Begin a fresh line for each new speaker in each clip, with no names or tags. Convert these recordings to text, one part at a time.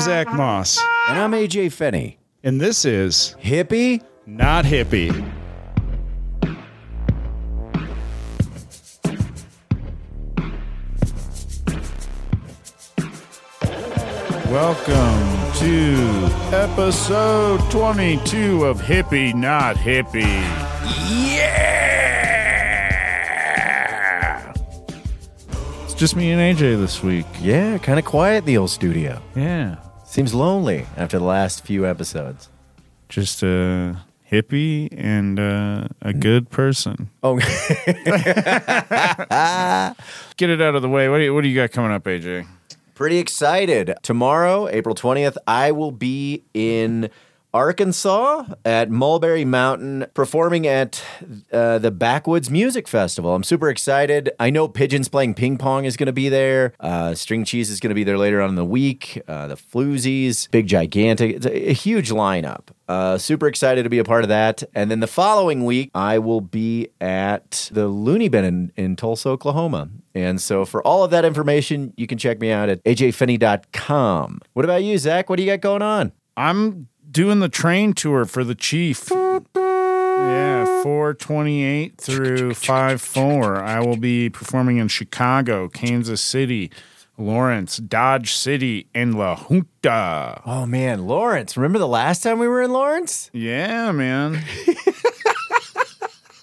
Moss,
And I'm AJ Fenny.
and this is
Hippie?
Not Hippie. Welcome to episode 22 of Hippie Not Hippie.
Yeah!
It's just me and AJ this week.
Yeah, kind of quiet, the old studio.
Yeah.
Seems lonely after the last few episodes.
Just a hippie and uh, a good person.
Oh,
Get it out of the way. What do you, what do you got coming up, AJ?
pretty excited. Tomorrow, April 20th, I will be in Arkansas at Mulberry Mountain performing at uh, the Backwoods Music Festival. I'm super excited. I know Pigeons Playing Ping Pong is going to be there. Uh, String Cheese is going to be there later on in the week. Uh, the Floozies, Big Gigantic. It's a, a huge lineup. Uh, super excited to be a part of that. And then the following week, I will be at the Looney Bin in, in Tulsa, Oklahoma. And so for all of that information, you can check me out at ajfinney.com. What about you, Zach? What do you got going on?
I'm doing the train tour for the chief. Yeah, 428 through 54. I will be performing in Chicago, Kansas City, Lawrence, Dodge City, and La Junta.
Oh, man, Lawrence. Remember the last time we were in Lawrence?
Yeah, man.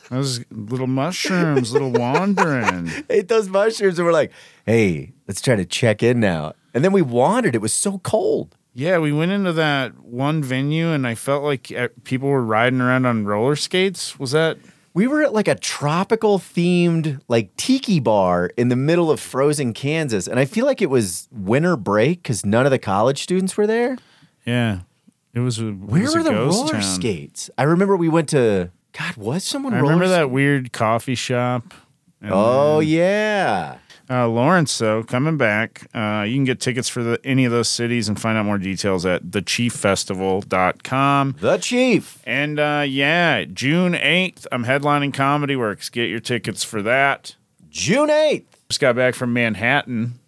Those little mushrooms, little wandering.
Ate those mushrooms and we're like, hey, let's try to check in now. And then we wandered. It was so cold.
Yeah, we went into that one venue and I felt like uh, people were riding around on roller skates. Was that
We were at like a tropical themed like tiki bar in the middle of frozen Kansas. And I feel like it was winter break because none of the college students were there.
Yeah. It was a, it
Where
was
were
a
the
ghost
roller
town.
skates? I remember we went to God, was someone
I
roller
remember
sk-
that Mm-hmm. weird coffee shop. And,
Oh yeah.
uh, Lawrence, though, coming back. Uh, you can get tickets for the, any of those cities and find out more details at thechieffestival.com.
The Chief.
And uh, yeah, June 8th, I'm headlining Comedy Works. Get your tickets for that.
June 8th.
Just got back from Manhattan.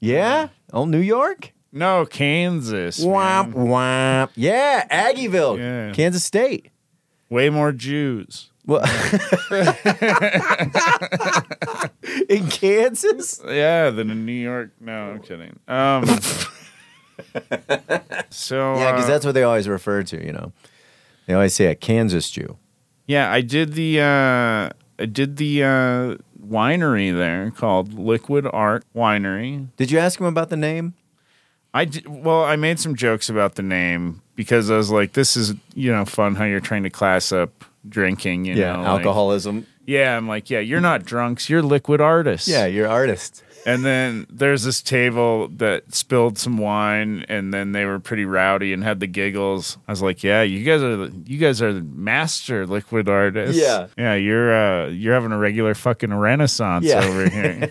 Yeah? Oh, New York?
No, Kansas.
Womp
man.
womp. Yeah, Aggieville.
Yeah.
Kansas State.
Way more Jews.
Well In Kansas?
Yeah, than in New York.
Oh.
No, I'm kidding. Um, so
Yeah, because
uh,
that's what they always refer to, you know. They always say a Kansas Jew.
Yeah, I did the uh, I did the uh, winery there called Liquid Art Winery.
Did you ask him about the name?
I did, well, I made some jokes about the name because I was like, this is you know fun how you're trying to class up drinking. You know, like-
alcoholism.
yeah, I'm like, yeah, you're not drunks, you're liquid artists.
Yeah, you're artist.
And then there's this table that spilled some wine, and then they were pretty rowdy and had the giggles. I was like, "Yeah, you guys are the, you guys are the master liquid artists.
Yeah.
yeah, you're uh, you're having a regular fucking renaissance
Yeah.
over here.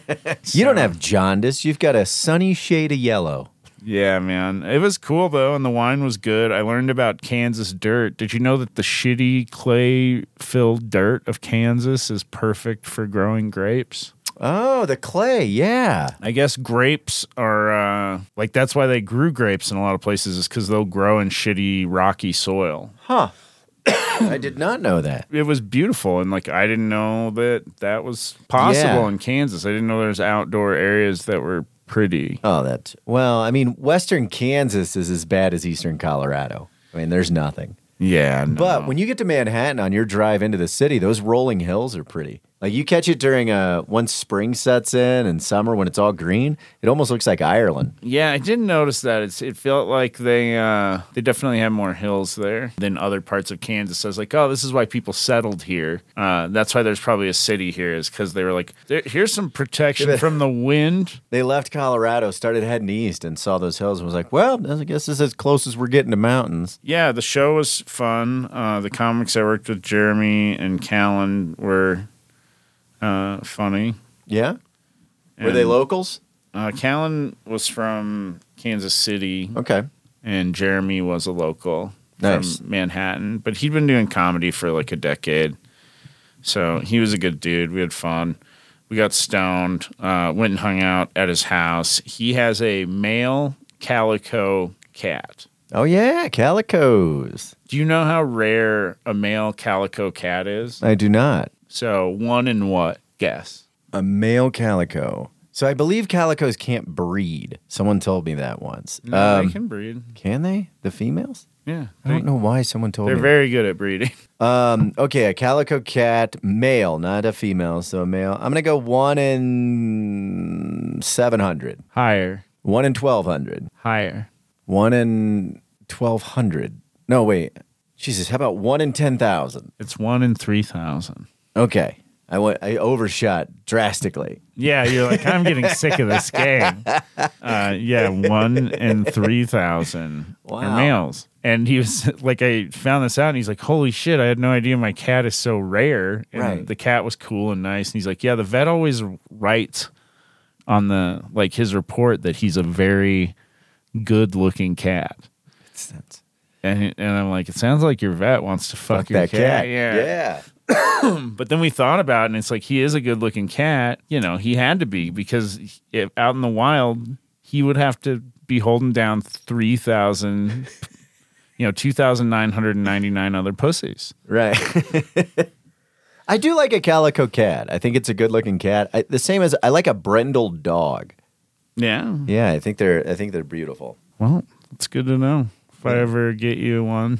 You don't have jaundice. You've got a sunny shade of yellow.
yeah, man. It was cool though, and the wine was good. I learned about Kansas dirt. Did you know that the shitty clay filled dirt of Kansas is perfect for growing grapes?
Oh, the clay. Yeah.
I guess grapes are uh, like that's why they grew grapes in a lot of places is because they'll grow in shitty rocky soil.
Huh. I did not know that.
It was beautiful, and like I didn't know that that was possible
Yeah.
in Kansas. I didn't know there's outdoor areas that were pretty.
Oh, that. Well, I mean, Western Kansas is as bad as Eastern Colorado. I mean, there's nothing.
Yeah, no.
But when you get to Manhattan on your drive into the city, those rolling hills are pretty. Like you catch it during uh once spring sets in and summer when it's all green, it almost looks like Ireland.
yeah, I didn't notice that. It's it felt like they uh, they definitely had more hills there than other parts of Kansas. I was like, oh, this is why people settled here. Uh, that's why therere's probably a city here is because they were like, there, here's some protection from the wind.
They left Colorado, started heading east, and saw those hills and was like, "Well, I guess this is as close as we're getting to mountains."
yeah, the show was fun. Uh, the comics I worked with, Jeremy and Callan, were uh, funny.
Yeah. Were they
And,
locals?
Uh, Callan was from Kansas City,
Okay.
and Jeremy was a local
Nice.
from Manhattan. But he'd been doing comedy for like a decade, so he was a good dude. We had fun. We got stoned. Uh, went and hung out at his house. He has a male calico cat.
Oh yeah, calicos.
Do you know how rare a male calico cat is?
I do not.
So one in what? Guess.
A male calico. So I believe calicos can't breed. Someone told me that once.
No,
um,
they can breed.
can they? The females?
Yeah,
I don't
they-
know why someone told
they're
me.
very good at breeding.
um, okay, a calico cat, male, not a female, so a male. I'm gonna go one in seven hundred.
Higher,
One in twelve hundred.
higher.
One in twelve hundred. No, wait. Jesus, how about one in ten thousand?
It's one in three thousand.
Okay. I went I overshot drastically.
Yeah, you're like I'm getting sick of this game. Uh, yeah, one in three thousand
Wow.
are males, and he was like, I found this out, and he's like, "Holy shit! I had no idea my cat is so rare." And
Right.
the cat was cool and nice, and he's like, "Yeah, the vet always writes on the like his report that he's a very good-looking cat." And, and I'm like, it sounds like your vet wants to fuck,
Fuck
your
that
cat.
cat.
Yeah.
Yeah.
But then we thought about it, and it's like he is a good looking cat. You know, he had to be because if out in the wild, he would have to be holding down 3,000, you know, 2,999 other pussies.
Right. I do like a calico cat. I think it's a good-looking cat. I, the same as I like a brindle dog.
Yeah.
Yeah, I think they're I think they're beautiful.
Well, it's good to know if I ever get you one.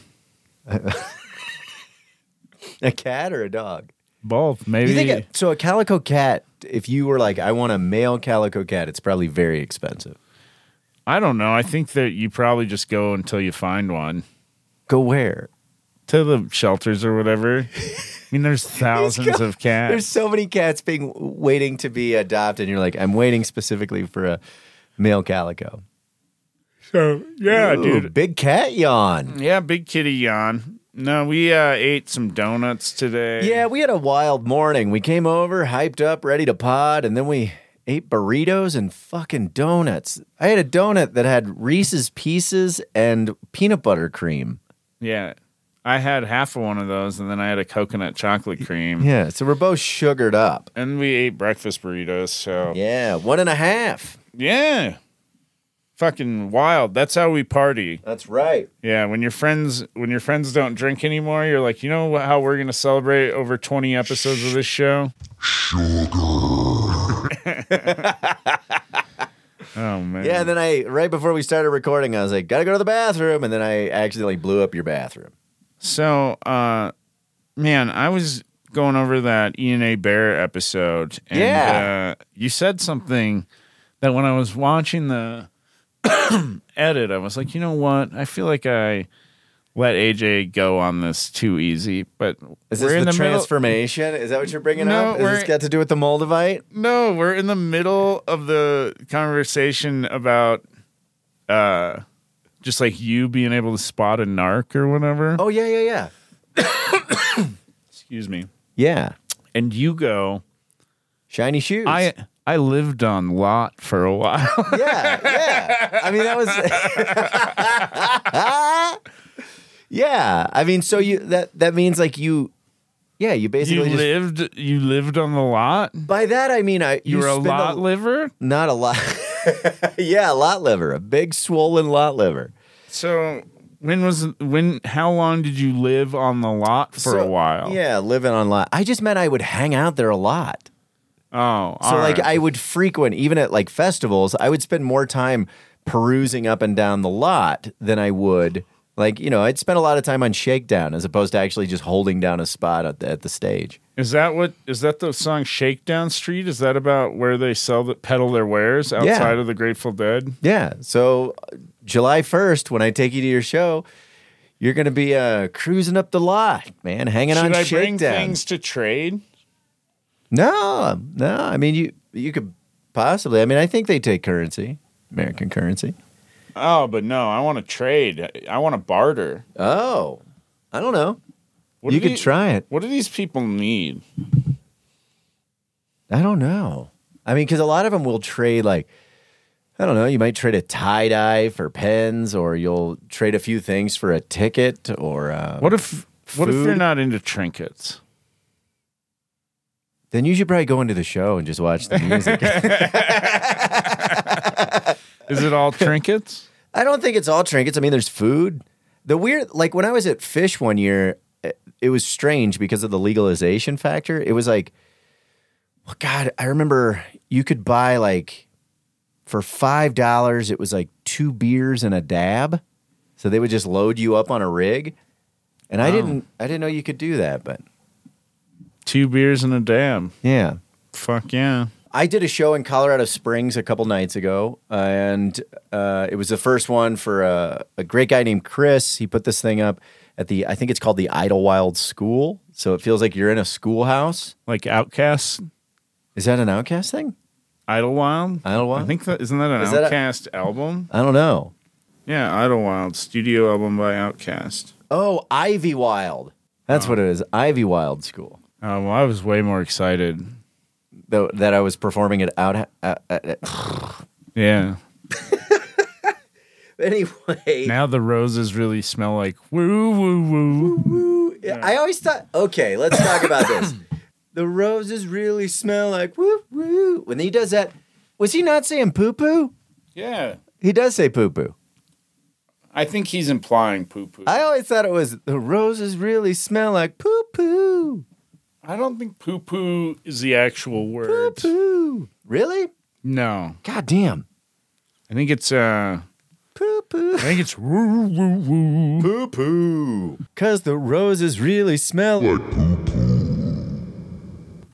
A cat or a dog?
Both, maybe.
You think a, so? A calico cat. If you were like, I want a male calico cat, it's probably very expensive.
I don't know. I think that you probably just go until you find one
Go where?
to the shelters or whatever. I mean, there's thousands of cats.
There's so many cats being waiting to be adopted. And you're like, I'm waiting specifically for a male calico.
so, yeah,
Ooh,
dude.
big cat yawn.
Yeah, big kitty yawn. No, we uh, ate some donuts today.
Yeah, we had a wild morning. We came over, hyped up, ready to pod, and then we ate burritos and fucking donuts. I had a donut that had Reese's Pieces and peanut butter cream.
yeah. I had half of one of those, and then I had a coconut chocolate cream,
Yeah, so we're both sugared up.
and we ate breakfast burritos. So yeah.
Yeah, one and a half.
fucking wild. That's how we party.
That's right.
Yeah, when your friends when your friends don't drink anymore, you're like, you know what, how we're gonna celebrate over 20 episodes of this show. Sugar. oh man.
Yeah, and then I right before we started recording, I was like, gotta go to the bathroom, and then I accidentally blew up your bathroom.
So, uh, man, I was going over that Ian A. Bear episode, and
Yeah.
uh, you said something that when I was watching the edit, I was like, you know what? I feel like I let AJ go on this too easy, but
Is
we're
this
in
the,
the
transformation? Is that what you're bringing
No,
up? Is this
we're-
got to do with the Moldavite?
middle. No, we're in the middle of the conversation about uh, just like you being able to spot a narc or whatever.
Oh yeah, yeah, yeah,
Excuse me.
yeah.
And you go.
Shiny shoes.
I I lived on lot for a while.
yeah, yeah. I mean, that was. yeah, I mean, so you that that means like you, yeah, you
you
basically just,
lived you lived on the lot.
by that I mean I
You, were a
spend
lot liver.
not a lot. yeah, a lot liver, a big swollen lot liver.
So when was when? How long did you live on the lot for a
So,
while?
Yeah, living on lot. I just meant I would hang out there a lot.
Oh,
So like I would frequent even at like festivals, I would spend more time perusing up and down the lot than I would like you know I'd spend a lot of time on shakedown as opposed to actually just holding down a spot at the, at the stage.
is that what is that the song Shakedown Street? Is that about where they sell the peddle their wares outside of the Grateful Dead?
Yeah. So uh, July first, when I take you to your show. You're gonna be uh, cruising up the lot, man, hanging on
Should I bring
shakedown.
things to trade?
No, no. I mean, you you could possibly. I mean, I think they take currency, American currency.
Oh, but no, I want to trade. I want to barter.
Oh, I don't know.
What
you
do
could
the-
try it.
What do these people need?
I don't know. I mean, because a lot of them will trade like. I don't know. You might trade a tie dye for pens, or you'll trade a few things for a ticket, or uh,
What if what if you're
Food?
not into trinkets?
Then you should probably go into the show and just watch the music.
Is it all trinkets?
I don't think it's all trinkets. I mean, there's food. The weird, like when I was at Fish one year, it- it was strange because of the legalization factor. It was like, well, God, I remember you could buy like for five dollars, it was like two beers and a dab. So they would just load you up on a rig, and I didn't, I didn't know you could do that, but
Two beers and a dab.
yeah.
Fuck yeah.
I did a show in Colorado Springs a couple nights ago, and uh, it was the first one for a, a great guy named Chris. He put this thing up at the, I think it's called the Idlewild School. So it feels like you're in a schoolhouse.
Like Outcasts,
Is that an Outcast thing?
Idlewild.
Idlewild?
I think that isn't that an
Is that a-
Outcast album?
I don't know.
Yeah, Idlewild studio album by Outcast.
Oh, Ivy Wild.
Oh.
That's what it is. Ivy Wild School.
Uh, well, I was way more excited.
Though that I was performing at out. Uh, uh,
Yeah.
anyway,
Now the roses really smell like woo woo woo.
Yeah, I always thought, okay, let's talk about this. the roses really smell like woo woo. When he does that, was he not saying poo poo?
Yeah.
He does say poo poo.
I think he's implying poo poo.
I always thought it was the roses really smell like poo poo.
I don't think poo poo is the actual
Poo
word.
poo. Really?
No.
God damn.
I think it's uh
Poo poo.
I think it's woo woo woo.
Poo poo. Cause the roses really smell like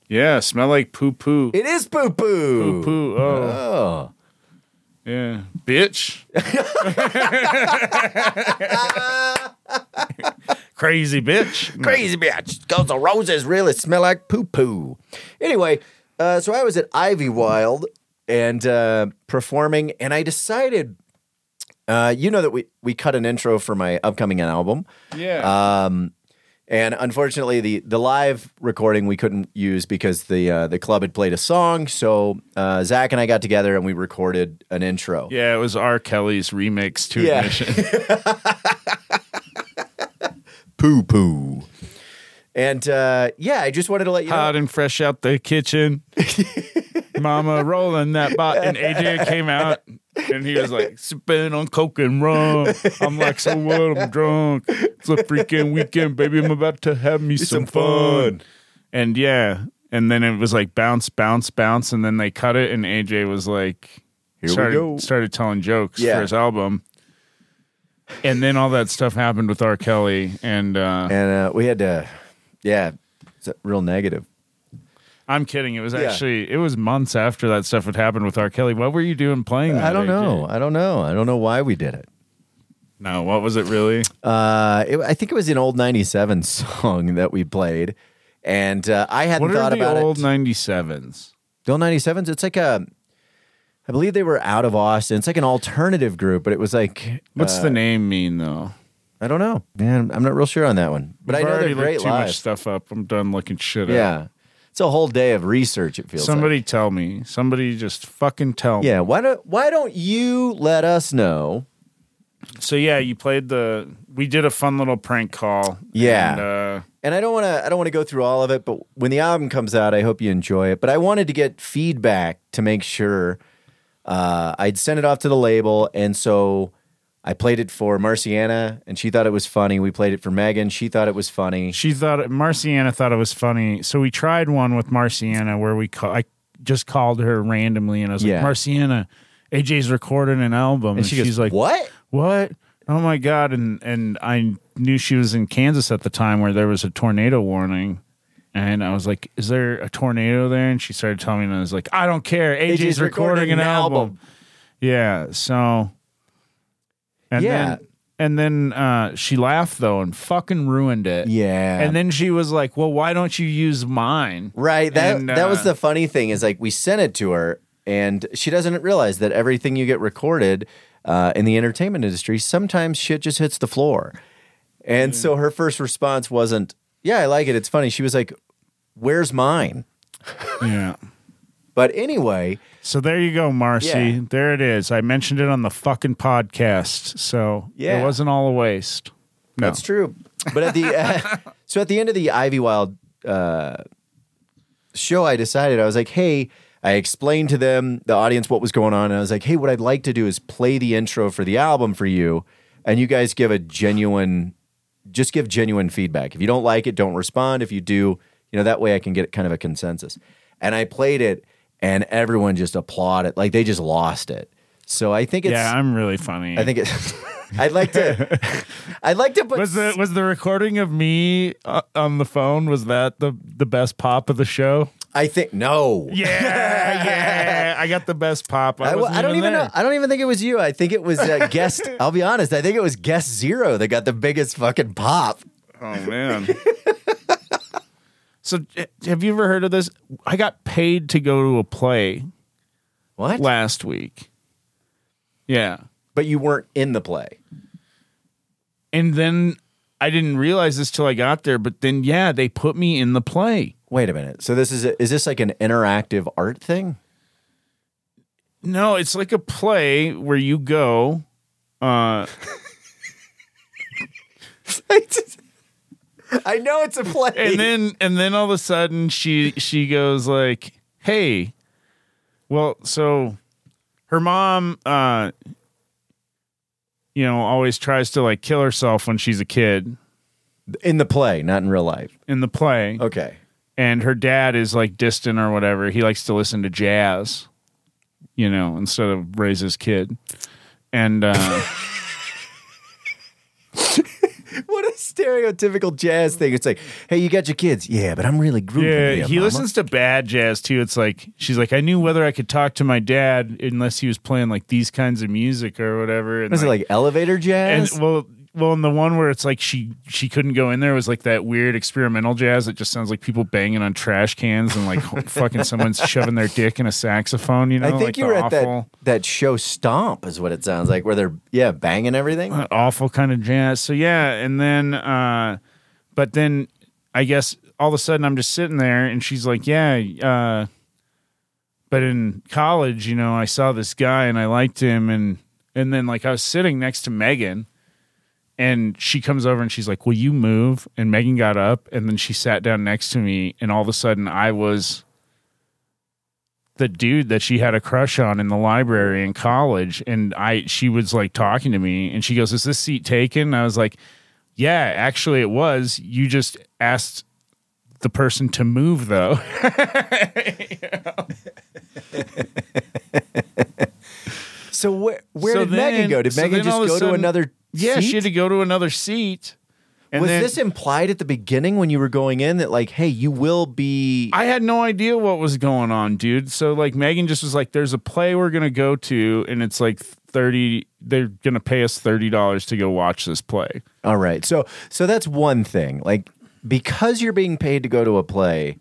Yeah, smell like poo poo.
it is poo
Poo
poo.
poo. Oh.
Oh.
Yeah. Bitch. Crazy bitch. No.
crazy bitch because the roses really smell like poo poo. Anyway, uh, so I was at Ivy Wild and uh, performing, and I decided, uh, you know, that we we cut an intro for my upcoming album.
Yeah.
Um, and unfortunately, the the live recording we couldn't use because the uh, the club had played a song. So uh, Zach and I got together and we recorded an intro.
yeah, it was R. Kelly's remix to
Yeah.
Ignition.
Poo poo. And uh, yeah, I just wanted to let you know.
Hot and fresh out the kitchen. Mama rolling that bot. And AJ came out and he was like, spin on coke and rum. I'm like, so what? I'm drunk. It's a freaking weekend, baby. I'm about to have me some,
some
fun.
fun.
And yeah. And then it was like bounce, bounce, bounce. And then they cut it. And AJ was like,
Here we
started,
go.
started telling jokes
Yeah.
for his album. And then all that stuff happened with R. Kelly. And, uh,
and uh, we had to, yeah, it's real negative.
I'm kidding. It was
Yeah.
actually it was months after that stuff had happened with R. Kelly. What were you doing playing that?
I don't
AJ?
know. I don't know. I don't know why we did it.
No, what was it really?
Uh, it I think it was an old '97 song that we played, and uh, I hadn't
What are
thought
the
about
old
it.
ninety sevens?
The old '97s. It's like a, I believe they were out of Austin. It's like an alternative group, but it was like
What's
uh,
the name mean though?
I don't know, man. I'm not real sure on that one, but
I've
I know
already
they're
looked
great
too
live.
much stuff up. I'm done looking shit up.
yeah, it's a whole day of research. It feels
Somebody
Like.
tell me. Somebody just fucking tell me.
Yeah. Why don't Why don't you let us know?
So yeah, you played the we did a fun little prank call.
Yeah.
And, uh,
and I don't want to I don't want to go through all of it, but when the album comes out, I hope you enjoy it. But I wanted to get feedback to make sure uh, I'd send it off to the label, and so I played it for Marciana, and she thought it was funny. We played it for Megan; she thought it was funny.
she thought Marciana thought it was funny. So we tried one with Marciana where we call, I just called her randomly and I was
Yeah.
like, Marciana, AJ's recording an album. And,
she
she's
goes,
like,
"What?
what? Oh my god! And and I knew she was in Kansas at the time where there was a tornado warning, and I was like, "Is there a tornado there?" And she started telling me, and I was like, "I don't care. AJ's,
AJ's
recording,
recording
an
an
album.
album.
Yeah. So, and
Yeah.
then and then uh, she laughed though and fucking ruined it.
Yeah."
And then she was like, "Well, why don't you use mine?"
Right. That
And,
that
uh,
was the funny thing is like we sent it to her, and she doesn't realize that everything you get recorded uh, in the entertainment industry sometimes shit just hits the floor. And so
Mm.
her first response wasn't, "Yeah, I like it. It's funny." She was like, "Where's mine?"
Yeah.
But anyway,
So there you go, Marcy.
Yeah.
There it is. I mentioned it on the fucking podcast, so it
Yeah.
wasn't all a waste. No.
that's true. But at the so at the end of the Ivy Wild uh, show, I uh, decided I was like, "Hey, I explained to them, the audience, what was going on. And I was like, hey, what I'd like to do is play the intro for the album for you. And you guys give a genuine, just give genuine feedback. If you don't like it, don't respond. If you do, you know, that way I can get kind of a consensus. And I played it and everyone just applauded. Like they just lost it. So I think it's,
yeah, I'm really funny.
I think it, I'd like to, I'd like to put,
was the was the recording of me uh, on the phone? Was that the the best pop of the show?
I think, no.
Yeah, yeah. I got the best pop. I,
I,
wasn't
I don't even
there.
know. I don't even think it was you. I think it was uh, guest. I'll be honest. I think it was guest zero that got the biggest fucking pop.
Oh man. Oh, so eh, have you ever heard of this? I got paid to go to a play
What?
last week. Yeah.
But you weren't in the play.
And then I didn't realize this till I got there, but then yeah, they put me in the play.
Wait a minute. So this is a, is this like an interactive art thing?
No, it's like a play where you go uh
I just- I know it's a play.
and then and then all of a sudden she she goes like hey well so her mom uh you know always tries to like kill herself when she's a kid
in the play, not in real life.
in the play
Okay.
and her dad is like distant or whatever he likes to listen to jazz you know instead of raise his kid and uh
What a stereotypical jazz thing. It's like, hey, you got your kids. Yeah, but I'm really grooving.
Yeah,
here,
he
mama."
listens to bad jazz too. It's like she's like, I knew whether I could talk to my dad unless he was playing like these kinds of music or whatever. And
Is it like elevator
and
jazz?
well, well, and the one where it's like she she couldn't go in there was like that weird experimental jazz that just sounds like people banging on trash cans and like fucking someone's shoving their dick in a saxophone. You know,
I think
Oh, like
you
the
were at
awful,
that that show Stomp is what it sounds like, where they're yeah banging everything.
that awful kind of jazz. So yeah, and then uh but then I guess all of a sudden I'm just sitting there and she's like, "Yeah, uh but in college, you know, I saw this guy and I liked him and and then like I was sitting next to Megan and she comes over and she's like, "Will you move?" And Megan got up and then she sat down next to me and all of a sudden I was the dude that she had a crush on in the library in college and I she was like talking to me and she goes, "Is this seat taken?" And I was like, "Yeah, actually it was. You just asked the person to move though."
So where where
So
did Megan
then-
go? Did
so
Megan
then all of
just
a
go to
sudden-
another?
Yeah,
seat?
she had to go to another seat. And
was
then-
this implied at the beginning when you were going in that like, hey, you will be?
I had no idea what was going on, dude. So like Megan just was like, "There's a play we're gonna go to, and it's like thirty. They're gonna pay us thirty dollars to go watch this play."
All right, so so that's one thing. Like because you're being paid to go to a play,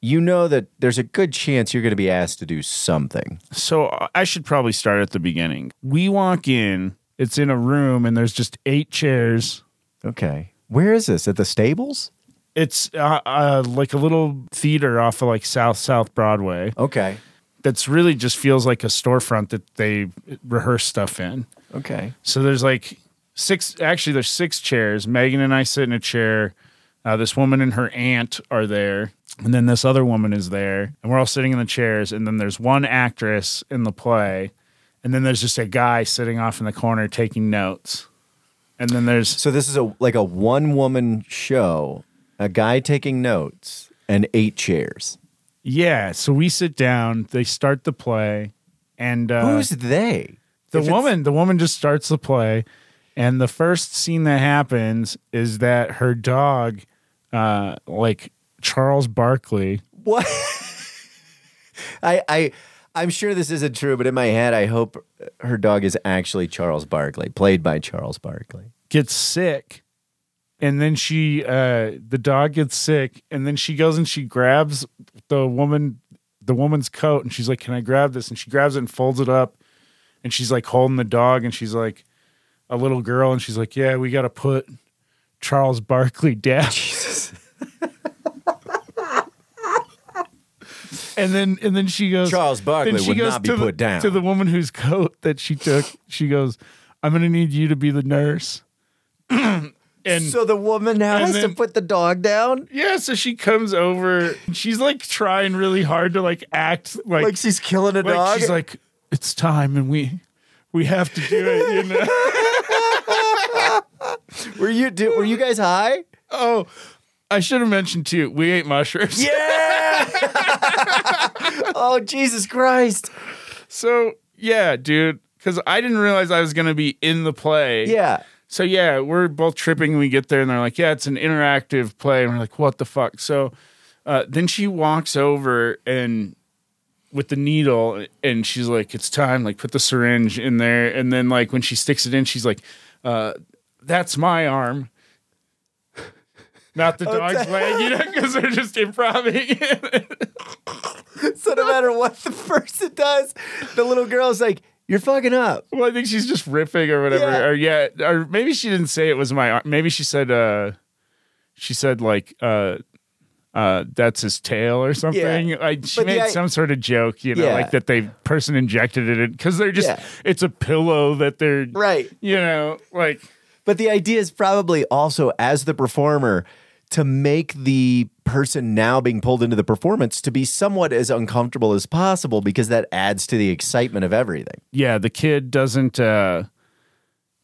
you know that there's a good chance you're going to be asked to do something.
So uh, I should probably start at the beginning. We walk in. It's in a room, and there's just eight chairs.
Okay, where is this at the stables?
It's uh, uh, like a little theater off of like South South Broadway.
Okay,
That's really just feels like a storefront that they rehearse stuff in.
okay,
So there's like six. Actually, there's six chairs. Megan and I sit in a chair. Uh, this woman and her aunt are there, and then this other woman is there, and we're all sitting in the chairs. And then there's one actress in the play, and then there's just a guy sitting off in the corner taking notes. And then there's
so this is a like a one woman show, a guy taking notes, and eight chairs.
yeah. So we sit down. They start the play, and uh,
Who's they?
the
If it's-
woman the woman just starts the play and the first scene that happens is that her dog uh like charles barkley
What? I I I'm sure this isn't true, but in my head, I hope her dog is actually Charles Barkley, played by Charles Barkley.
gets sick and then she uh the dog gets sick and then she goes and she grabs the woman the woman's coat and she's like can i grab this and she grabs it and folds it up and she's like holding the dog and she's like a little girl and she's like yeah we got to put charles barkley down and then and then she goes
Charles Barkley
then she
would
goes
not be
to the-
put down.
to the woman whose coat that she took she goes i'm gonna need you to be the nurse and
so the woman now
and
has
then-
to put the dog down.
yeah, so she comes over. She's like trying really hard to like act like,
Like she's killing a
like,
dog.
she's like it's time and we we have to do it. You know?
were you do, were you guys high?
oh, I should have mentioned too. We ate mushrooms.
Yeah. oh Jesus Christ.
So yeah, dude, because I didn't realize I was gonna be in the play.
Yeah.
So yeah, we're both tripping. We get there and they're like, "Yeah, it's an interactive play." And we're like, "What the fuck?" So uh, then she walks over and with the needle, and she's like, "It's time." Like, put the syringe in there, and then like when she sticks it in, she's like, uh, "That's my arm." Not the dog's leg, you know, because they're just improving.
So no matter what the person does, the little girl's like, "You're fucking up."
well, I think she's just riffing or whatever.
Yeah.
Or yeah, or maybe she didn't say it was my arm. Maybe she said, uh, she said like, uh, uh, that's his tail or something. Like she
But the
made
i-
some sort of joke, you know,
Yeah.
like that they person injected it in because they're just
Yeah.
it's a pillow that they're
Right.
you know, like
But the idea is probably also as the performer to make the person now being pulled into the performance to be somewhat as uncomfortable as possible because that adds to the excitement of everything.
yeah, the kid doesn't uh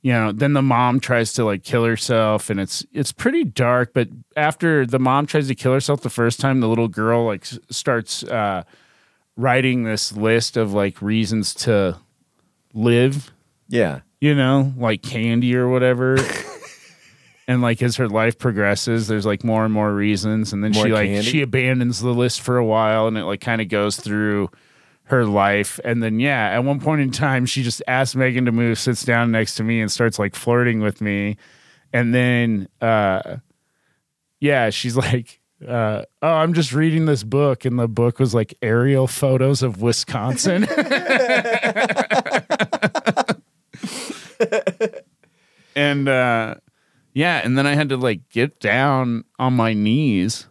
you know, then the mom tries to like kill herself and it's it's pretty dark, but after the mom tries to kill herself the first time, the little girl like s- starts uh writing this list of like reasons to live,
Yeah.
you know, like candy or whatever. and like as her life progresses, there's like more and more reasons and then
More
she like
candy?
she abandons the list for a while and it like kind of goes through her life and then yeah at one point in time she just asks megan to move sits down next to me and starts like flirting with me and then uh yeah she's like uh oh i'm just reading this book and the book was like aerial photos of wisconsin and uh yeah and then i had to like get down on my knees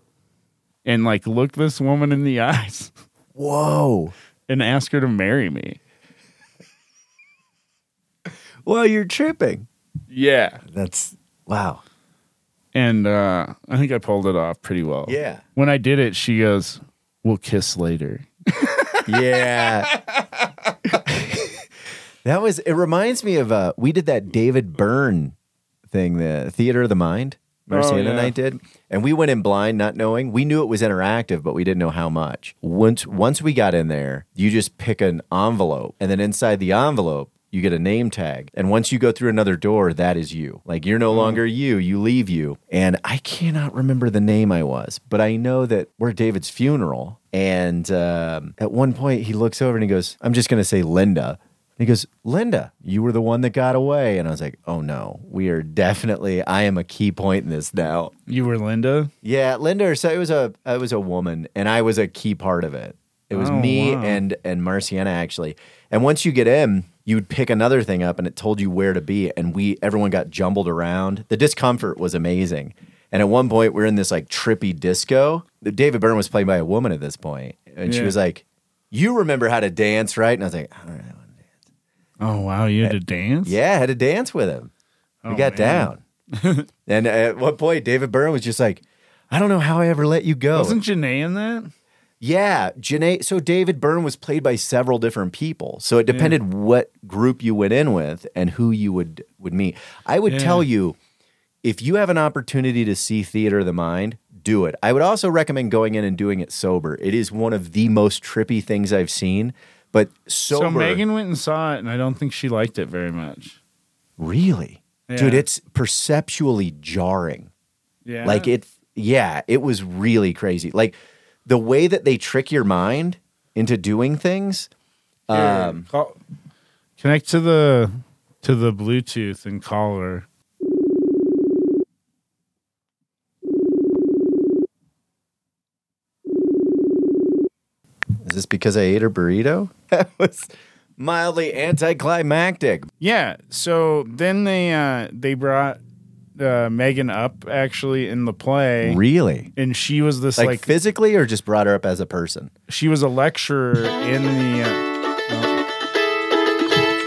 and like look this woman in the eyes
Whoa.
and ask her to marry me
Well, you're tripping.
yeah
That's wow.
and uh i think i pulled it off pretty well
Yeah.
when i did it she goes we'll kiss later
Yeah. that was it reminds me of uh we did that David Byrne thing, the Theater of the Mind. Marciana
yeah.
and I did. And we went in blind, not knowing. We knew it was interactive, but we didn't know how much. Once once we got in there, you just pick an envelope and then inside the envelope you get a name tag. And once you go through another door, that is you. Like you're no longer you. You leave you. And I cannot remember the name I was, but I know that we're at David's funeral. And um, at one point, he looks over and he goes, I'm just going to say Linda. And he goes, Linda, you were the one that got away. And I was like, oh no, we are definitely, I am a key point in this now.
you were linda
Yeah, Linda. or So it was a it was a woman, and I was a key part of it. It was
Oh,
me
wow.
and and Marciana actually. And once you get in, you'd pick another thing up, and it told you where to be. And we everyone got jumbled around. The discomfort was amazing. And at one point, we're in this like trippy disco. David Byrne was played by a woman at this point, and she
Yeah.
was like, "You remember how to dance, right?" And I was like, "I don't know."
oh wow you had to dance
Yeah, I had to dance with him.
Oh,
we got
man.
down. and at one point, David Byrne was just like, I don't know how I ever let you go.
wasn't Janae in that
yeah, Janae. So David Byrne was played by several different people. So it depended what group you went in with and who you would would meet. I would
Yeah.
tell you if you have an opportunity to see theater of the mind, do it. I would also recommend going in and doing it sober. It is one of the most trippy things I've seen. But sober,
so megan went and saw it and i don't think she liked it very much
really, dude,
Yeah.
it's perceptually jarring.
yeah
Like it, yeah, it was really crazy. Like the way that they trick your mind into doing things.
Here,
Um,
call- connect to the to the Bluetooth and call her.
Is this because I ate a burrito? That was mildly anticlimactic.
Yeah. So then they uh, they brought uh, Megan up actually in the play,
Really?
and she was this
Like,
like,
physically, or just brought her up as a person?
she was a lecturer in the.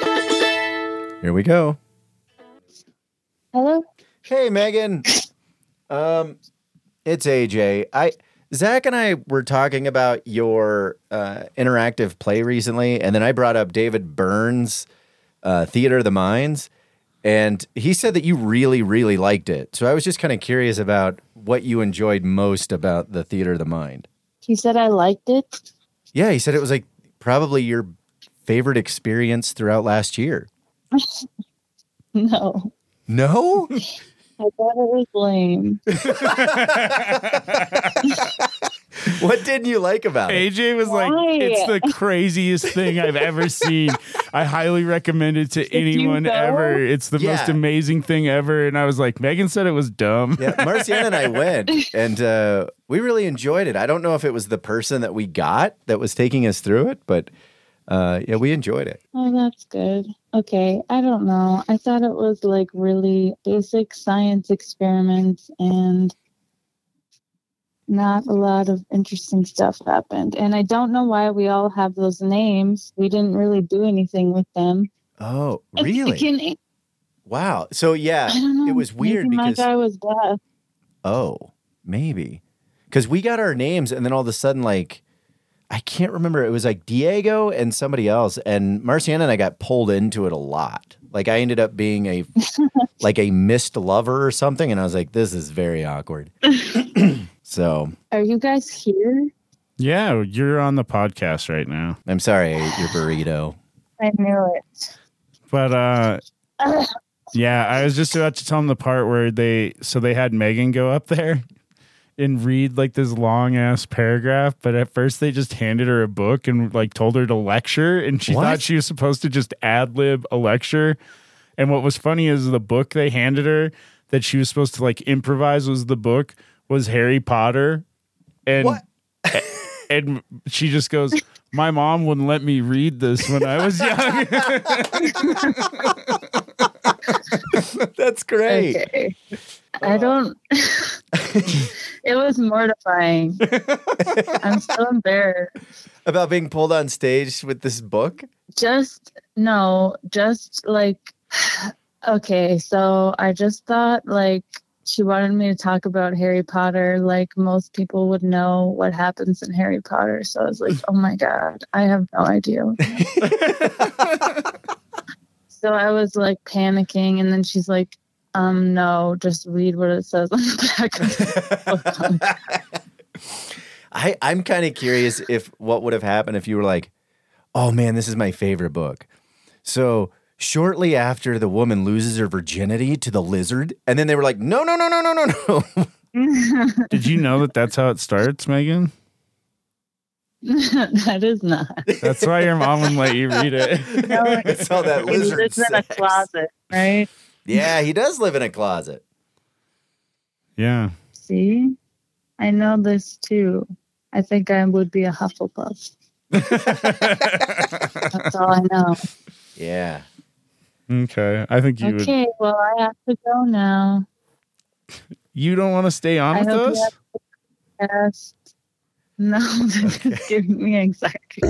Uh,
Here we go.
Hello?
Hey, Megan. Um, it's AJ. I Zach and I were talking about your uh, interactive play recently, and then I brought up David Burns' uh, Theater of the Minds, and he said that you really, really liked it. So I was just kind of curious about what you enjoyed most about the Theater of the Mind.
He said I liked it.
Yeah, he said it was like probably your favorite experience throughout last year.
No,
No,
I thought it was lame.
what didn't you like about it?
AJ was
Why?
like, it's the craziest thing I've ever seen. I highly recommend it to
you
anyone
go?
ever. It's the
Yeah.
most amazing thing ever. And I was like, Megan said it was dumb.
yeah, Marciana and I went, and uh, we really enjoyed it. I don't know if it was the person that we got that was taking us through it, but uh, yeah, we enjoyed it.
Oh, that's good. Okay, I don't know. I thought it was like really basic science experiments and not a lot of interesting stuff happened. And I don't know why we all have those names. We didn't really do anything with them.
Oh,
I
really?
can-
Wow. So yeah,
I don't know.
it was weird
Maybe
because-
my guy was deaf.
oh, maybe because we got our names, and then all of a sudden, like. I can't remember. It was like Diego and somebody else, and Marciana and I got pulled into it a lot. Like I ended up being a like a missed lover or something, and I was like, "This is very awkward." so
Are you guys here?
Yeah, you're on the podcast right now.
I'm sorry, I ate your burrito.
I knew it.
But uh yeah, I was just about to tell them the part where they so they had Megan go up there and read like this long ass paragraph, but at first they just handed her a book and like told her to lecture and she
What?
thought she was supposed to just ad lib a lecture. And what was funny is the book they handed her that she was supposed to like improvise was the book was Harry Potter and
What?
and she just goes, "My mom wouldn't let me read this when I was young."
That's great.
Okay. I don't. it was mortifying. I'm so embarrassed.
About being pulled on stage with this book.
Just no, just like okay. So I just thought like she wanted me to talk about Harry Potter. Like most people would know what happens in Harry Potter. So I was like, oh my god, I have no idea. so I was like panicking, and then she's like, um, no, just read what it says on the back of the
I, I'm kind of curious if what would have happened if you were like, oh man, this is my favorite book. So shortly after the woman loses her virginity to the lizard, and then they were like, no, no, no, no, no, no, no.
Did you know that that's how it starts, Megan?
that is not.
That's why your mom wouldn't let you read it.
No,
it's all that
He
lizard.
lives in a
sex.
closet, right?
Yeah, he does live in a closet.
Yeah.
See, I know this too. I think I would be a Hufflepuff. That's all I know.
Yeah.
Okay. I think you would.
okay, well, I have to go now.
You don't want to stay on
I
with
hope
us?
you have a good rest. No, this is giving me anxiety.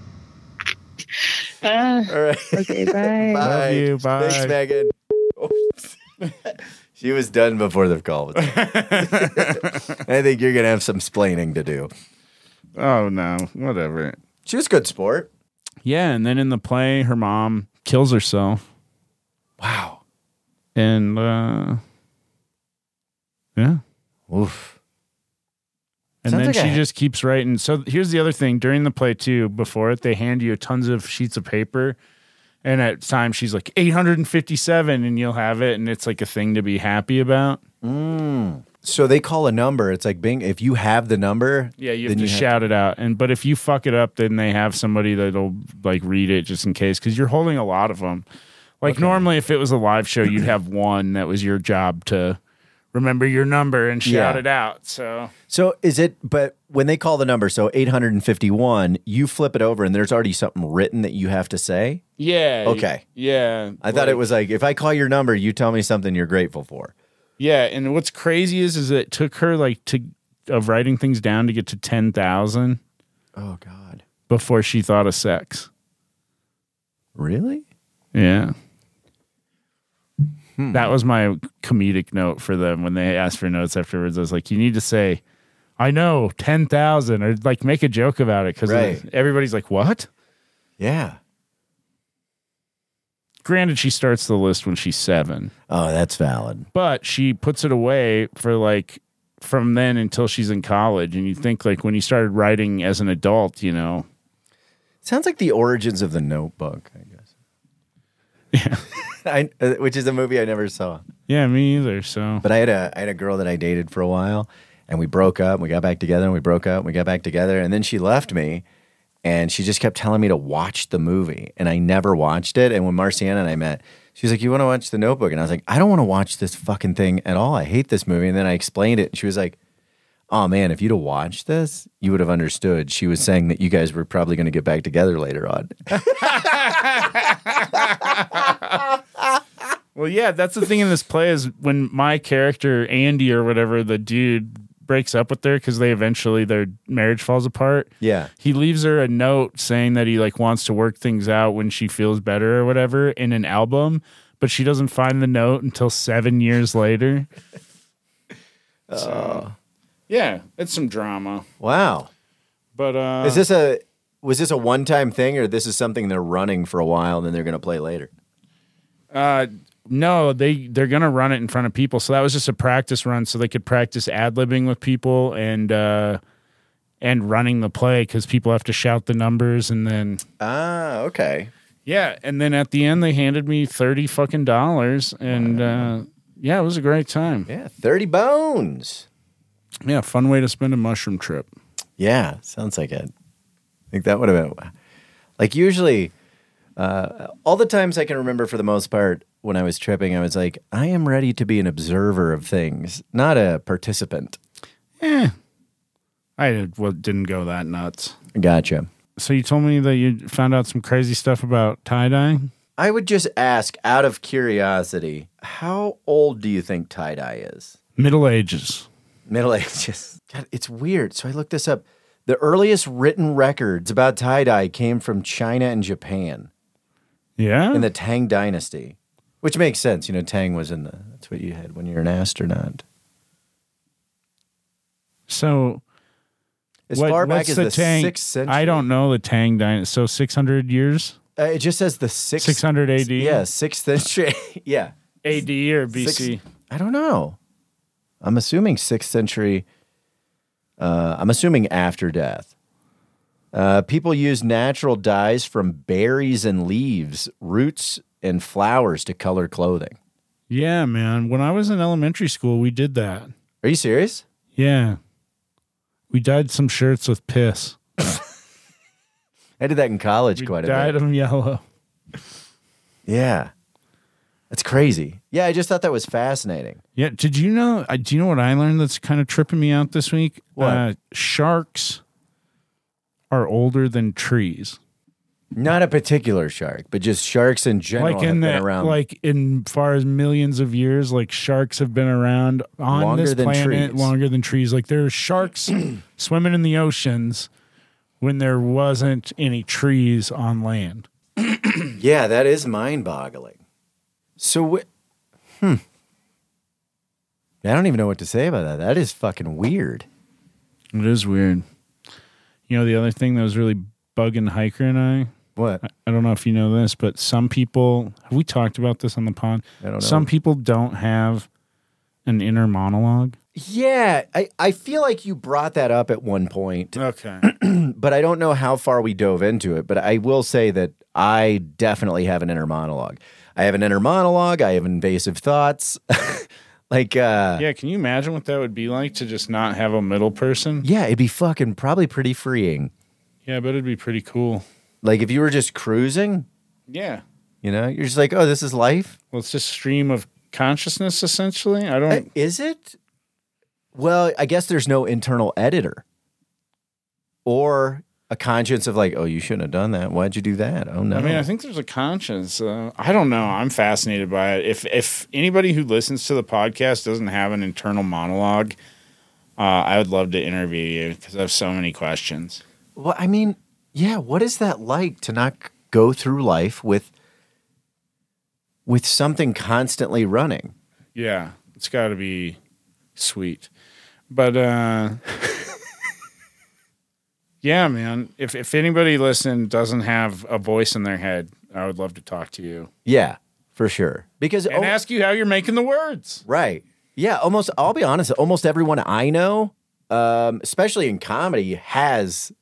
Uh,
All right.
okay,
Bye.
bye.
Love you. Bye.
Thanks, Megan. Oops. she was done before the call. was done. I think you're gonna have some splaining to do.
oh no. Whatever.
She was a good sport.
Yeah, and then in the play, her mom kills herself,
Wow.
and uh yeah.
Oof.
And
Sounds
then
like
she
a-
just keeps writing. So here's the other thing during the play, too, before it, they hand you tons of sheets of paper. And at times she's like 857, and you'll have it. And it's like a thing to be happy about.
So they call a number. It's like Bing. If you have the number,
Yeah, you have
then
to shout it out. And but if you fuck it up, then they have somebody that'll like read it just in case because you're holding a lot of them. Like normally, if it was a live show, you'd have one that was your job to remember your number and shout
Yeah.
it out. So
So is it? But when they call the number, so 851, you flip it over, and there's already something written that you have to say.
yeah,
Okay.
yeah.
I thought it was like if I call your number, you tell me something you're grateful for.
Yeah, and what's crazy is is it took her like to of writing things down to get to ten thousand,
Oh God.
before she thought of sex.
Really?
Yeah. That was my comedic note for them when they asked for notes afterwards. I was like, you need to say, I know, 10,000, or like make a joke about it because
Right.
everybody's like, what?
Yeah.
Granted, she starts the list when she's seven,
Oh, that's valid.
but she puts it away for like from then until she's in college. And you think, like, when you started writing as an adult, you know,
Sounds like the origins of the Notebook, I guess. Yeah. I, uh, which is a movie I never saw.
yeah, me either. So,
But I had a I had a girl that I dated for a while, and we broke up. And we got back together, and we broke up. And we got back together, and then she left me, and she just kept telling me to watch the movie, and I never watched it. And when Marciana and I met, she was like, "You want to watch The Notebook?" And I was like, "I don't want to watch this fucking thing at all. I hate this movie." And then I explained it, and she was like. Oh man, if you'd have watched this, you would have understood. She was saying that you guys were probably going to get back together later on.
Well, yeah, that's the thing in this play is when my character Andy or whatever the dude breaks up with her because they eventually their marriage falls apart.
Yeah.
He leaves her a note saying that he like wants to work things out when she feels better or whatever in an album, but she doesn't find the note until seven years later. So, yeah, it's some drama,
Wow.
but uh,
Is this a was this a one time thing or this is something they're running for a while and then they're going to play later?
Uh, no, they they're gonna run it in front of people. So that was just a practice run, so they could practice ad libbing with people and uh, and running the play because people have to shout the numbers and then
Ah, okay.
yeah, and then at the end they handed me thirty fucking dollars and uh, yeah, it was a great time.
Yeah, 30 bones.
Yeah, fun way to spend a mushroom trip.
Yeah, sounds like it. I think that would have been like usually uh, all the times I can remember for the most part when I was tripping, I was like, I am ready to be an observer of things, not a participant.
I did, well, didn't go that nuts.
Gotcha.
So you told me that you found out some crazy stuff about tie dye.
I would just ask out of curiosity, how old do you think tie dye is?
Middle Ages.
Middle Ages. God, it's weird. So I looked this up. The earliest written records about tie dye came from China and Japan
Yeah.
in the Tang Dynasty, which makes sense. You know, Tang was in the, that's what you had when you were an astronaut.
so
As
What-
far back
what's
as the,
Tang-
6th century.
I don't know the Tang dynasty. So 600 years?
Uh, it just says the 6th.
600 AD?
Yeah, 6th century. yeah.
AD or
Six-
BC?
I don't know. I'm assuming 6th century. Uh, I'm assuming after death. Uh, people use natural dyes from berries and leaves, roots and flowers to color clothing.
Yeah, man. When I was in elementary school, we did that.
Are you serious?
Yeah. We dyed some shirts with piss.
I did that in college
We
quite a
dyed
bit.
them yellow.
yeah. That's crazy. Yeah, I just thought that was fascinating.
Yeah. Did you know? I- Do you know what I learned that's kind of tripping me out this week?
What?
Uh, sharks are older than trees.
Not a particular shark, but just sharks in general
like in
have
the
been around.
like in far as millions of years like sharks have been around on
Longer
this
than
planet
trees.
longer than trees like there are sharks swimming in the oceans when there wasn't any trees on land
yeah, that is mind-boggling. So, wh- hmm, I don't even know what to say about that. That is fucking weird.
it is weird you know the other thing that was really bugging hiker and i
What?
i don't know if you know this but some people have we talked about this on the pod
I don't know.
some people don't have an inner monologue
Yeah, I, I feel like you brought that up at one point,
okay
but I don't know how far we dove into it. But I will say that I definitely have an inner monologue. I have an inner monologue. I have invasive thoughts. like, uh, yeah.
yeah can you imagine what that would be like to just not have a middle person
it'd be fucking probably pretty freeing.
Yeah, but it'd be pretty cool.
Like if you were just cruising,
Yeah.
you know, you're just like, oh, this is life.
Well, it's just stream of consciousness essentially. I don't
Uh, Is it? Well, I guess there's no internal editor or a conscience of like, oh, you shouldn't have done that. Why'd you do that? Oh no.
I mean, I think there's a conscience. Uh, I don't know. I'm fascinated by it. If if anybody who listens to the podcast doesn't have an internal monologue, uh, I would love to interview you because I have so many questions.
well, I mean, yeah, what is that like to not c- go through life with with something constantly running?
Yeah, it's got to be sweet. But uh Yeah, man. If if anybody listening doesn't have a voice in their head, I would love to talk to you
Yeah, for sure. Because
and
oh,
ask you how you're making the words.
right. Yeah, almost I'll be honest, almost everyone I know, um, especially in comedy, has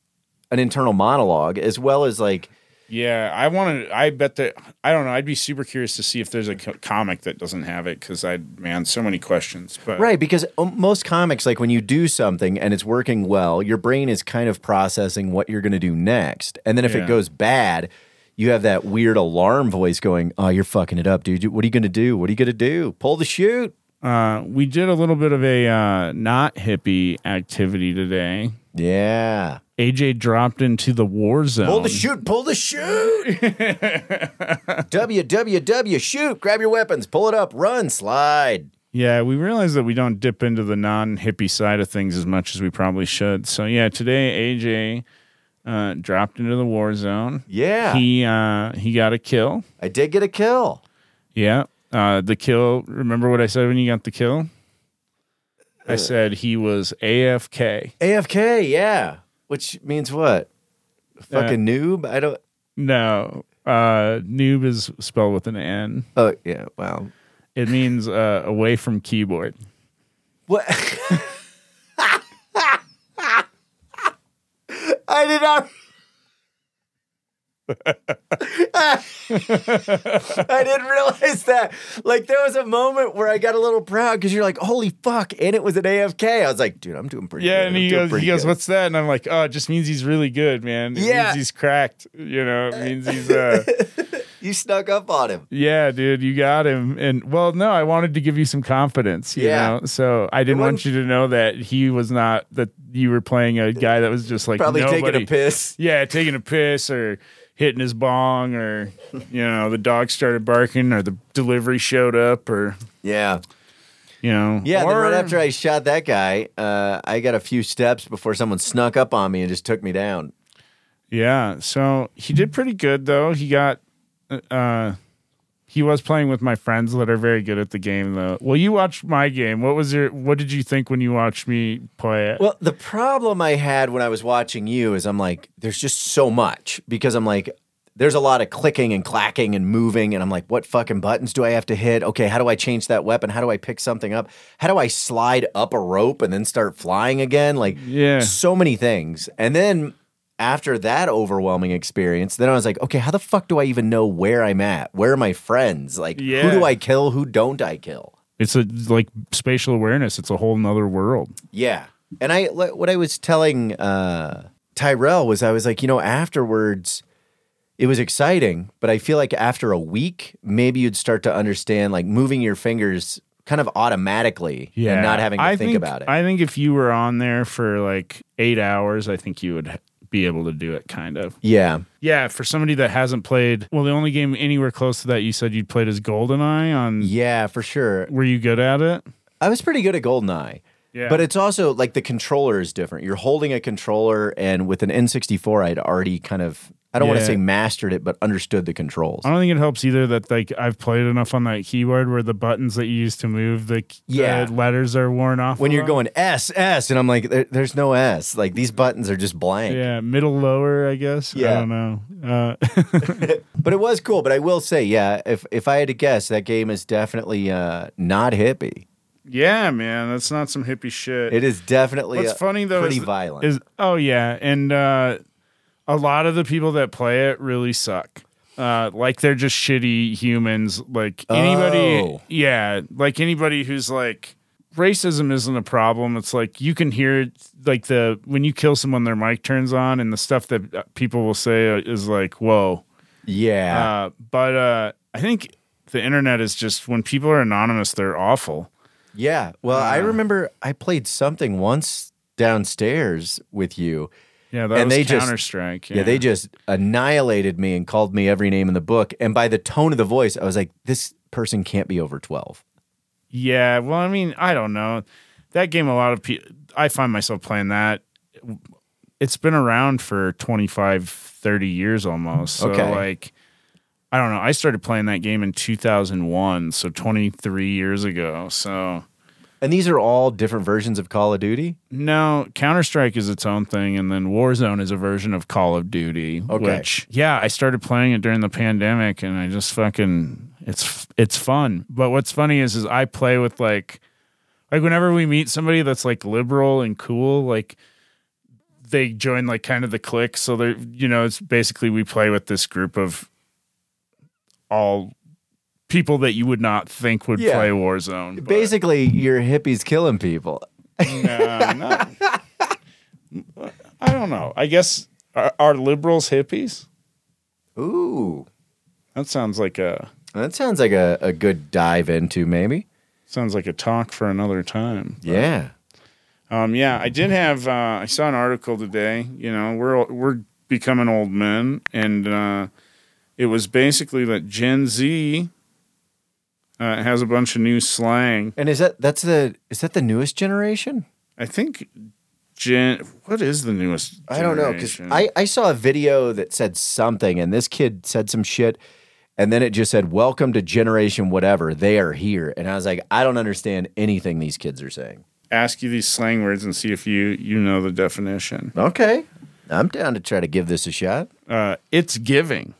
an internal monologue as well as like
Yeah, I want to. I bet that I don't know. I'd be super curious to see if there's a co- comic that doesn't have it because I man, so many questions. But
Right, because um, most comics, like when you do something and it's working well, your brain is kind of processing what you're going to do next. And then if
Yeah.
it goes bad, you have that weird alarm voice going, Oh, you're fucking it up, dude. You- What are you going to do? What are you going to do? Pull the chute.
uh, we did a little bit of a uh, not hippie activity today.
Yeah.
AJ dropped into the war zone.
Pull the chute. Pull the chute. WWW, shoot. Grab your weapons. Pull it up. Run. Slide.
Yeah, we realize that we don't dip into the non hippie side of things as much as we probably should. So yeah, today AJ uh, dropped into the war zone.
Yeah.
He uh, he got a kill.
I did get a kill.
Yeah. Uh, the kill. Remember what I said when you got the kill? I said he was AFK.
AFK. Yeah. Which means what? Fucking noob? I don't.
No, uh, noob is spelled with an N.
Oh, yeah. Wow.
It means uh, away from keyboard.
What? I did not. I didn't realize that. Like, there was a moment where I got a little proud because you're like, "Holy fuck!" And it was an AFK. I was like, "Dude, I'm doing pretty."
Yeah,
good.
and
I'm
he
doing
goes,
pretty
he goes,
good."
"What's that?" And I'm like, "Oh, it just means he's really good, man. It
Yeah.
means he's cracked. You know, it means he's uh,
You snuck up on him.
yeah, dude, you got him." And well, no, I wanted to give you some confidence, you
Yeah.
know. So I didn't want you
wasn't-
to know that he was not that you were playing a guy that was just like
Probably taking
nobody.
a piss.
Yeah, taking a piss or hitting his bong or you know the dog started barking or the delivery showed up or
Yeah.
you know
Yeah,
or,
then right after I shot that guy, uh, I got a few steps before someone snuck up on me and just took me down.
Yeah, so he did pretty good though. He got uh he was playing with my friends that are very good at the game though. Well, you watched my game. What was your what did you think when you watched me play it?
Well, the problem I had when I was watching you is I'm like, there's just so much because I'm like, there's a lot of clicking and clacking and moving. And I'm like, what fucking buttons do I have to hit? Okay, how do I change that weapon? How do I pick something up? How do I slide up a rope and then start flying again? Like,
Yeah.
so many things. And then after that overwhelming experience, then I was like, okay, how the fuck do I even know where I'm at? Where are my friends? Like,
Yeah.
who do I kill? Who don't I kill?
It's a like spatial awareness. It's a whole nother world.
Yeah. And I like, what I was telling uh Tyrell was I was like, you know, afterwards it was exciting, but I feel like after a week, maybe you'd start to understand like moving your fingers kind of automatically and not having to
I
think, about it.
I think if you were on there for like 8 hours, I think you would h- be able to do it kind of.
yeah.
Yeah, for somebody that hasn't played, well the only game anywhere close to that you said you'd played is GoldenEye on
Yeah, for sure.
were you good at it?
I was pretty good at GoldenEye.
Yeah.
But it's also like the controller is different. You're holding a controller, and with an N64, I'd already kind of, I don't want
Yeah.
to say mastered it, but understood the controls.
I don't think it helps either that like I've played enough on that keyboard where the buttons that you use to move the,
Yeah.
the letters are worn off.
when
a
you're
lot.
going S S, and I'm like, there, there's no S. Like these buttons are just blank.
yeah, middle lower, I guess. I
Yeah.
don't know. Uh,
But it was cool. But I will say, yeah, if if I had to guess, that game is definitely uh, not hippie.
yeah, man, that's not some hippie shit.
It is definitely
What's
uh,
funny though
pretty
is,
violent.
is oh yeah, and uh, a lot of the people that play it really suck. Uh, like they're just shitty humans. Like anybody,
Oh.
yeah, like anybody who's like racism isn't a problem. It's like you can hear it, like the when you kill someone, their mic turns on, and the stuff that uh, people will say is like, whoa.
yeah,
Uh, but uh, I think the internet is just when people are anonymous, they're awful.
yeah. Well, I remember I played something once downstairs with you.
Yeah, that
And
was
they just-
Counter Strike.
Yeah. they just annihilated me and called me every name in the book. And by the tone of the voice, I was like, this person can't be over twelve.
Yeah, well, I mean, I don't know. That game, a lot of people, I find myself playing that it's been around for 25, 30 years almost. So
Okay.
like I don't know. I started playing that game in 2001, so 23 years ago. So
And these are all different versions of Call of Duty.
no, Counter Strike is its own thing, and then Warzone is a version of Call of Duty.
Okay.
Which, yeah, I started playing it during the pandemic, and I just fucking it's it's fun. But what's funny is is I play with like like whenever we meet somebody that's like liberal and cool, like they join like kind of the clique. So they're you know it's basically we play with this group of all people that you would not think would
Yeah.
play Warzone. but-
Basically, you're hippies killing people.
no, not, I don't know. I guess are, are liberals hippies?
Ooh,
That sounds like a
that sounds like a, a good dive into maybe.
sounds like a talk for another time.
Yeah.
Um, yeah, I did have. Uh, I saw an article today. You know, we're we're becoming old men, and uh, it was basically that Gen Z uh, has a bunch of new slang.
And is that that's the is that the newest generation?
I think Gen. What is the newest?
I don't know because
generation?
I, I saw a video that said something, and this kid said some shit, and then it just said, "Welcome to Generation Whatever." They are here, and I was like, I don't understand anything these kids are saying.
ask you these slang words and see if you you know the definition.
Okay, I'm down to try to give this a shot.
Uh, it's giving.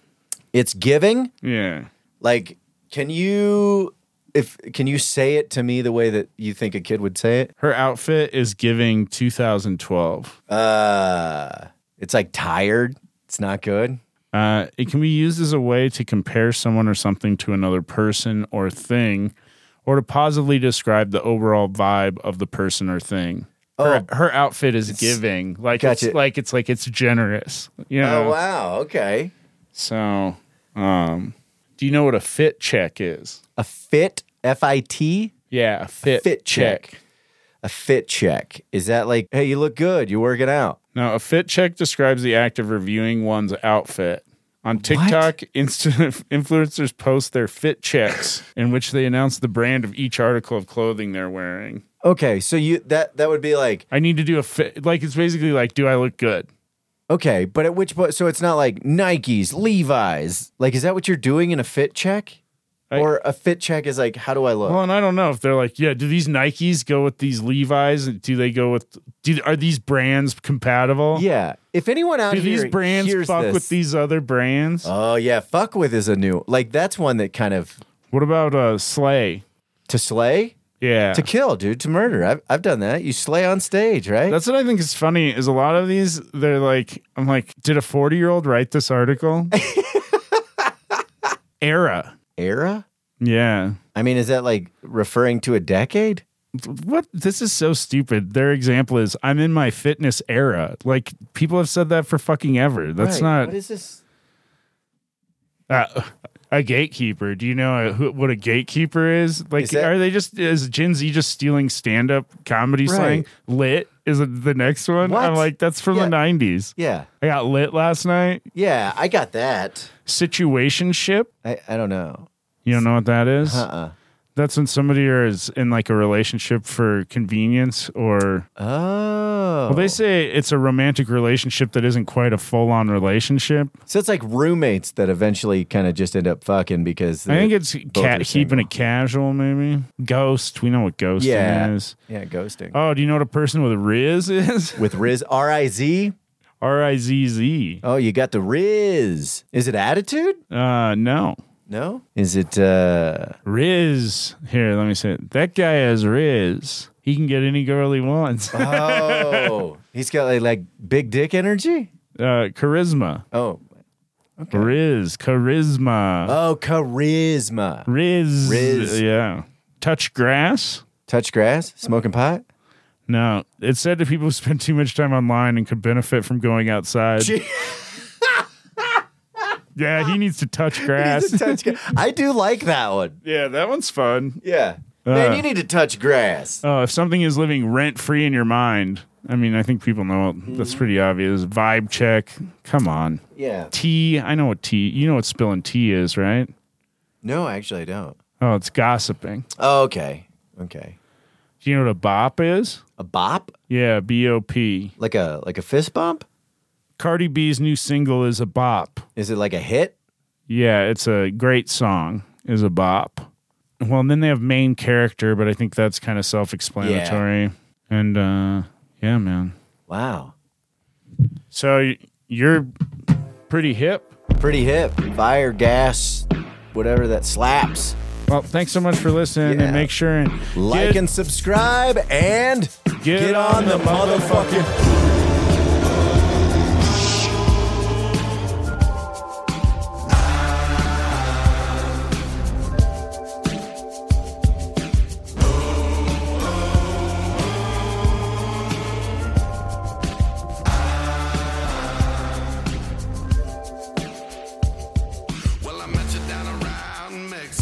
It's giving.
Yeah.
Like, can you if can you say it to me the way that you think a kid would say it?
Her outfit is giving 2012.
Uh, it's like tired. It's not good.
Uh, it can be used as a way to compare someone or something to another person or thing, or to positively describe the overall vibe of the person or thing. Her, her outfit is giving. Like
Oh. Gotcha.
it's like it's like it's generous. You know?
Oh wow. Okay.
So, um, do you know what a fit check is?
A fit. F I T.
Yeah, a fit,
fit check. a fit check. Is that like, hey, you look good, you're working out?
Now, a fit check describes the act of reviewing one's outfit. On TikTok, instant influencers post their fit checks in which they announce the brand of each article of clothing they're wearing.
Okay, so you that that would be like
I need to do a fit like it's basically like do I look good?
okay, but at which point? So it's not like Nikes, Levi's. Like, is that what you're doing in a fit check?
I-
or a fit check is like, how do I look?
Well, and I don't know if they're like, yeah, do these Nikes go with these Levi's? Do they go with do are these brands compatible?
yeah. If anyone out
Do
here
these brands
hears
fuck
this-
with these other brands?
oh yeah, fuck with is a new like that's one that kind of
what about uh Slay?
to slay,
Yeah.
to kill, dude, to murder. I've I've done that. You slay on stage, right?
That's what I think is funny is a lot of these they're like I'm like did a 40 year old write this article? Era.
Era.
Yeah.
I mean, is that like referring to a decade?
What this is so stupid. Their example is I'm in my fitness era. Like people have said that for fucking ever. That's
Right. What
not
is this?
uh, a gatekeeper. Do you know uh, who, what a gatekeeper is? Like
Is that-
are they just is Gen Z just stealing stand up comedy slang? Lit is the next one.
What?
I'm like that's from
Yeah.
the 90s.
Yeah,
I got lit last night.
yeah, I got that.
Situationship
I, I don't know.
You don't know what that is?
Uh-uh.
That's when somebody is in like a relationship for convenience or
Oh.
well they say it's a romantic relationship that isn't quite a full on relationship.
so it's like roommates that eventually kind of just end up fucking because
I think
they're-
it's
both
ca-
are
keeping
single.
it casual maybe. Ghost, we know what ghosting
Yeah.
is.
yeah, ghosting.
Oh, do you know what a person with a riz is?
With Riz R I Z.
R I Z Z.
Oh, you got the Riz. Is it attitude?
Uh no.
No. Is it uh
Riz. Here, let me say it. That guy has riz. He can get any girl he wants.
Uh-huh.
Uh,
Oh. he's got like, like big dick energy?
Uh, charisma.
Oh.
Riz. Charisma.
Oh, charisma.
Riz.
Riz.
Yeah. Touch grass?
Touch grass, smoking pot?
No. It's said that people who spend too much time online and could benefit from going outside.
Gee.
yeah, he needs to touch grass.
Touch gra- I do like that one.
yeah, that one's fun.
Yeah.
Uh.
Man, you need to touch grass.
Oh, if something is living rent free in your mind, I mean, I think people know it. that's pretty obvious. Vibe check. Come on.
Yeah.
Tea. I know what tea. You know what spilling tea is, right?
No, actually I don't.
Oh, it's gossiping.
Oh, okay. Okay.
Do you know what a bop is?
A bop?
Yeah, B O P.
Like a like a fist bump?
Cardi B's new single is a bop.
Is it like a hit?
Yeah, it's a great song. Is a bop. Well, and then they have main character, but I think that's kind of self-explanatory. And uh, yeah, man.
Wow.
So y- you're pretty hip.
Pretty hip. Fire, gas, whatever that slaps.
Well, thanks so much for listening,
Yeah.
and make sure and
Like
get-
and subscribe and
Get on the
motherfucking.
Well, I met you down around Mexico.